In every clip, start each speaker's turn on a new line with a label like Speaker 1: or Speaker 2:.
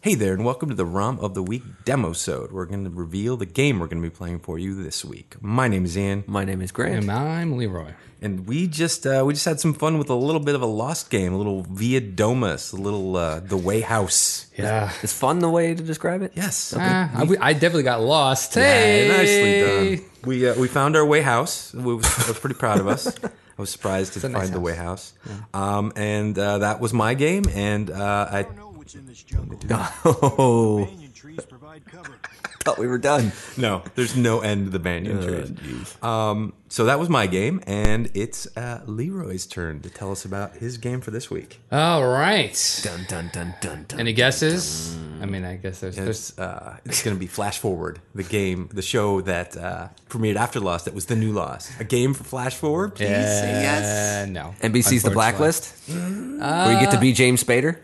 Speaker 1: Hey there, and welcome to the ROM of the Week demo sode. We're going to reveal the game we're going to be playing for you this week. My name is Ian,
Speaker 2: My name is Graham.
Speaker 3: And I'm Leroy.
Speaker 1: and we just uh, we just had some fun with a little bit of a lost game, a little Via Domus, a little uh, The Way House.
Speaker 3: Yeah.
Speaker 2: Is fun the way to describe it?
Speaker 1: Yes,
Speaker 3: Ah, I, I definitely got lost.
Speaker 1: Yeah,
Speaker 3: Hey,
Speaker 1: nicely done. We uh, we found our way house. We was, I was pretty proud of us. I was surprised to find
Speaker 3: nice
Speaker 1: the way house. Um, and uh, that was my game. And uh, I
Speaker 4: don't know what's in this jungle.
Speaker 2: Oh,
Speaker 4: Banyan trees provide cover.
Speaker 2: thought we were done.
Speaker 1: no, there's no end to the banyan
Speaker 3: Uh,
Speaker 1: trees. Um, so that was my game, and it's uh, Leroy's turn to tell us about his game for this week.
Speaker 3: All right.
Speaker 2: Dun dun dun dun dun.
Speaker 3: Any guesses? I mean, I guess there's, there's
Speaker 1: It's uh, it's going to be Flash Forward, the game, the show that uh, premiered after Lost. That was the new Lost, a game for Flash Forward. Please say yes.
Speaker 3: uh, no.
Speaker 2: NBC's The
Speaker 3: Unfortunately.
Speaker 2: Blacklist, where you get to be James Spader.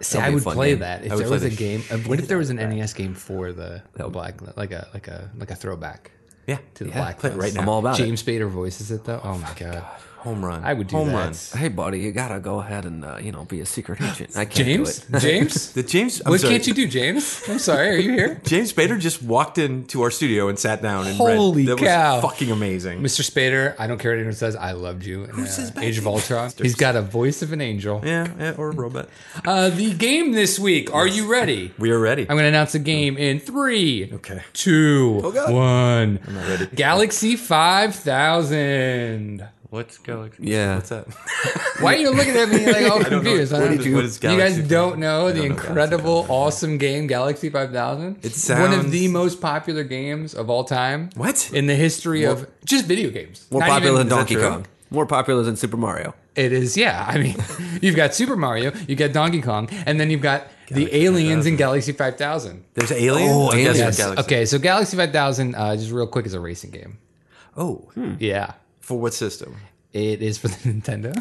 Speaker 3: See,
Speaker 2: That'd
Speaker 3: I
Speaker 2: be a
Speaker 3: would
Speaker 2: fun
Speaker 3: play
Speaker 2: game.
Speaker 3: that
Speaker 1: I
Speaker 3: if
Speaker 1: would
Speaker 3: there
Speaker 1: play
Speaker 3: was
Speaker 1: the
Speaker 3: a game. uh, What if there was an NES game for the, the black, like a like a like a throwback
Speaker 1: Yeah,
Speaker 3: to the
Speaker 1: yeah,
Speaker 3: black
Speaker 1: play it right now.
Speaker 2: I'm all about
Speaker 3: James Spader voices it though. Oh, my god.
Speaker 1: Home run.
Speaker 3: I would do
Speaker 1: home
Speaker 3: that.
Speaker 1: run.
Speaker 2: it. Hey, buddy, you gotta go ahead and uh, you know be a secret agent. I can't
Speaker 3: James,
Speaker 2: do it.
Speaker 3: James,
Speaker 1: The James. I'm
Speaker 3: what
Speaker 1: sorry.
Speaker 3: can't you do, James? I'm sorry. Are you here,
Speaker 1: James Bader just walked into our studio and sat down and
Speaker 3: Holy
Speaker 1: read. That
Speaker 3: cow.
Speaker 1: was fucking amazing.
Speaker 3: Mr. Spader? I don't care what anyone says. I loved you. in, uh,
Speaker 1: says bad
Speaker 3: Age of
Speaker 1: things?
Speaker 3: Ultron. He's got a voice of an angel.
Speaker 1: Yeah, yeah, or a robot.
Speaker 3: Uh, the game this week. Are you ready?
Speaker 1: We are ready.
Speaker 3: I'm going to announce the game in three,
Speaker 1: Okay. Oh,
Speaker 3: two,
Speaker 1: God.
Speaker 3: one.
Speaker 1: I'm not ready.
Speaker 3: Galaxy 5000.
Speaker 1: What's going?
Speaker 2: Yeah.
Speaker 1: what's that?
Speaker 3: Why are you looking at me like all
Speaker 1: I don't know.
Speaker 3: confused? I
Speaker 1: What
Speaker 3: don't
Speaker 1: did you- what is
Speaker 3: you guys
Speaker 1: Galaxy
Speaker 3: don't know the
Speaker 1: don't know
Speaker 3: incredible, awesome game Galaxy 5000?
Speaker 1: It
Speaker 3: one
Speaker 1: sounds-
Speaker 3: of the most popular games of all time.
Speaker 1: What?
Speaker 3: in the history of just video games?
Speaker 2: More
Speaker 3: Not
Speaker 2: popular
Speaker 3: even-
Speaker 2: than Donkey
Speaker 1: true?
Speaker 2: Kong. More popular than Super Mario.
Speaker 3: It is, yeah. I mean, you've got Super Mario, you got Donkey Kong, and then you've got the aliens in Galaxy 5000.
Speaker 1: There's aliens.
Speaker 2: Oh,
Speaker 1: I guess
Speaker 2: aliens.
Speaker 1: we're galaxy.
Speaker 3: Okay, so Galaxy 5000, uh, just real quick, is a racing game.
Speaker 1: Oh,
Speaker 3: Yeah.
Speaker 1: for what system?
Speaker 3: It is for the Nintendo.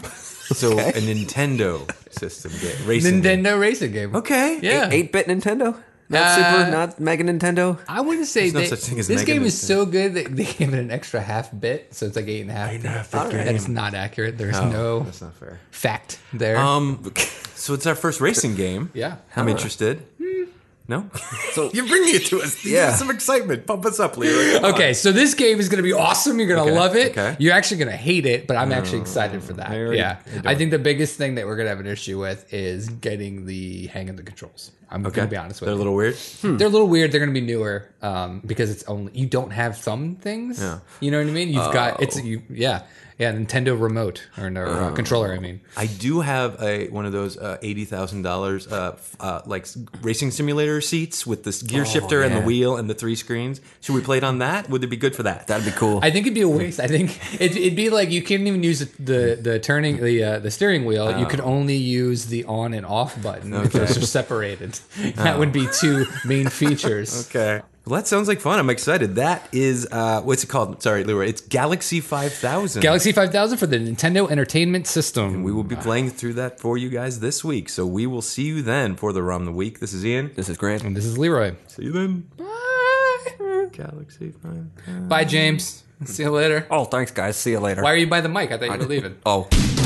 Speaker 1: So a Nintendo system game, racing. game.
Speaker 3: Nintendo racing game.
Speaker 1: Okay.
Speaker 3: Yeah.
Speaker 2: Eight bit Nintendo. Not
Speaker 3: Uh,
Speaker 2: Super. Not Mega Nintendo.
Speaker 3: I wouldn't say
Speaker 1: no
Speaker 3: that
Speaker 1: such thing as
Speaker 3: this
Speaker 1: Mega
Speaker 3: game
Speaker 1: Nintendo.
Speaker 3: is so good that they gave it an extra half bit, so it's like eight and a half.
Speaker 1: Eight and a half bit game.
Speaker 3: That's not accurate. There's
Speaker 1: Oh,
Speaker 3: no
Speaker 1: that's not fair.
Speaker 3: fact there.
Speaker 1: Um, so it's our first racing game.
Speaker 3: yeah. Hmm.
Speaker 1: I'm interested. No,
Speaker 2: So
Speaker 1: you're bringing it to us.
Speaker 2: Yeah.
Speaker 1: Yeah, some excitement. Pump us up, Leroy.
Speaker 3: Okay, so this game is going to be awesome. You're going to
Speaker 1: Okay,
Speaker 3: love it.
Speaker 1: okay. Mm,
Speaker 3: You're actually going to hate it, but I'm actually excited for that.
Speaker 1: I already-
Speaker 3: yeah.
Speaker 1: I don't.
Speaker 3: I, think the biggest thing that we're going to have an issue with is getting the hang of the controls. I'm going to be honest with
Speaker 1: They're a
Speaker 3: you.
Speaker 1: little weird.
Speaker 3: They're a little weird. They're going to be newer um, because it's only you don't have thumb things.
Speaker 1: Yeah. Oh.
Speaker 3: You know what I mean? You've got it's you yeah. Yeah, Nintendo remote or no, uh, controller, I mean.
Speaker 1: I do have a one of those uh, eighty thousand uh, f- uh like s- racing simulator seats with this
Speaker 3: Oh,
Speaker 1: gear shifter and the
Speaker 2: yeah.
Speaker 1: wheel and the three screens. Should we play it on that? Would it be good for that?
Speaker 2: that'd be cool.
Speaker 3: I think it'd be a waste. I think it'd, it'd be like you couldn't even use the the, the turning the uh, the steering wheel. You could only use the on and off button. if Those are separated. That would be two main features.
Speaker 1: okay. Well, that sounds like fun. I'm excited. That is uh, what's it called? Sorry, Leroy. It's Galaxy Five Thousand.
Speaker 3: Galaxy 5000 for the Nintendo Entertainment System.
Speaker 1: we will be playing through that for you guys this week. So we will see you then for the ROM of the week. This is Ian.
Speaker 2: this is Grant.
Speaker 3: and this is Leroy.
Speaker 1: See you then.
Speaker 3: Bye.
Speaker 1: Galaxy Five.
Speaker 3: Bye, James. See you later.
Speaker 2: Oh, thanks, guys. See you later.
Speaker 3: Why are you by the mic? I thought you were leaving.
Speaker 2: oh.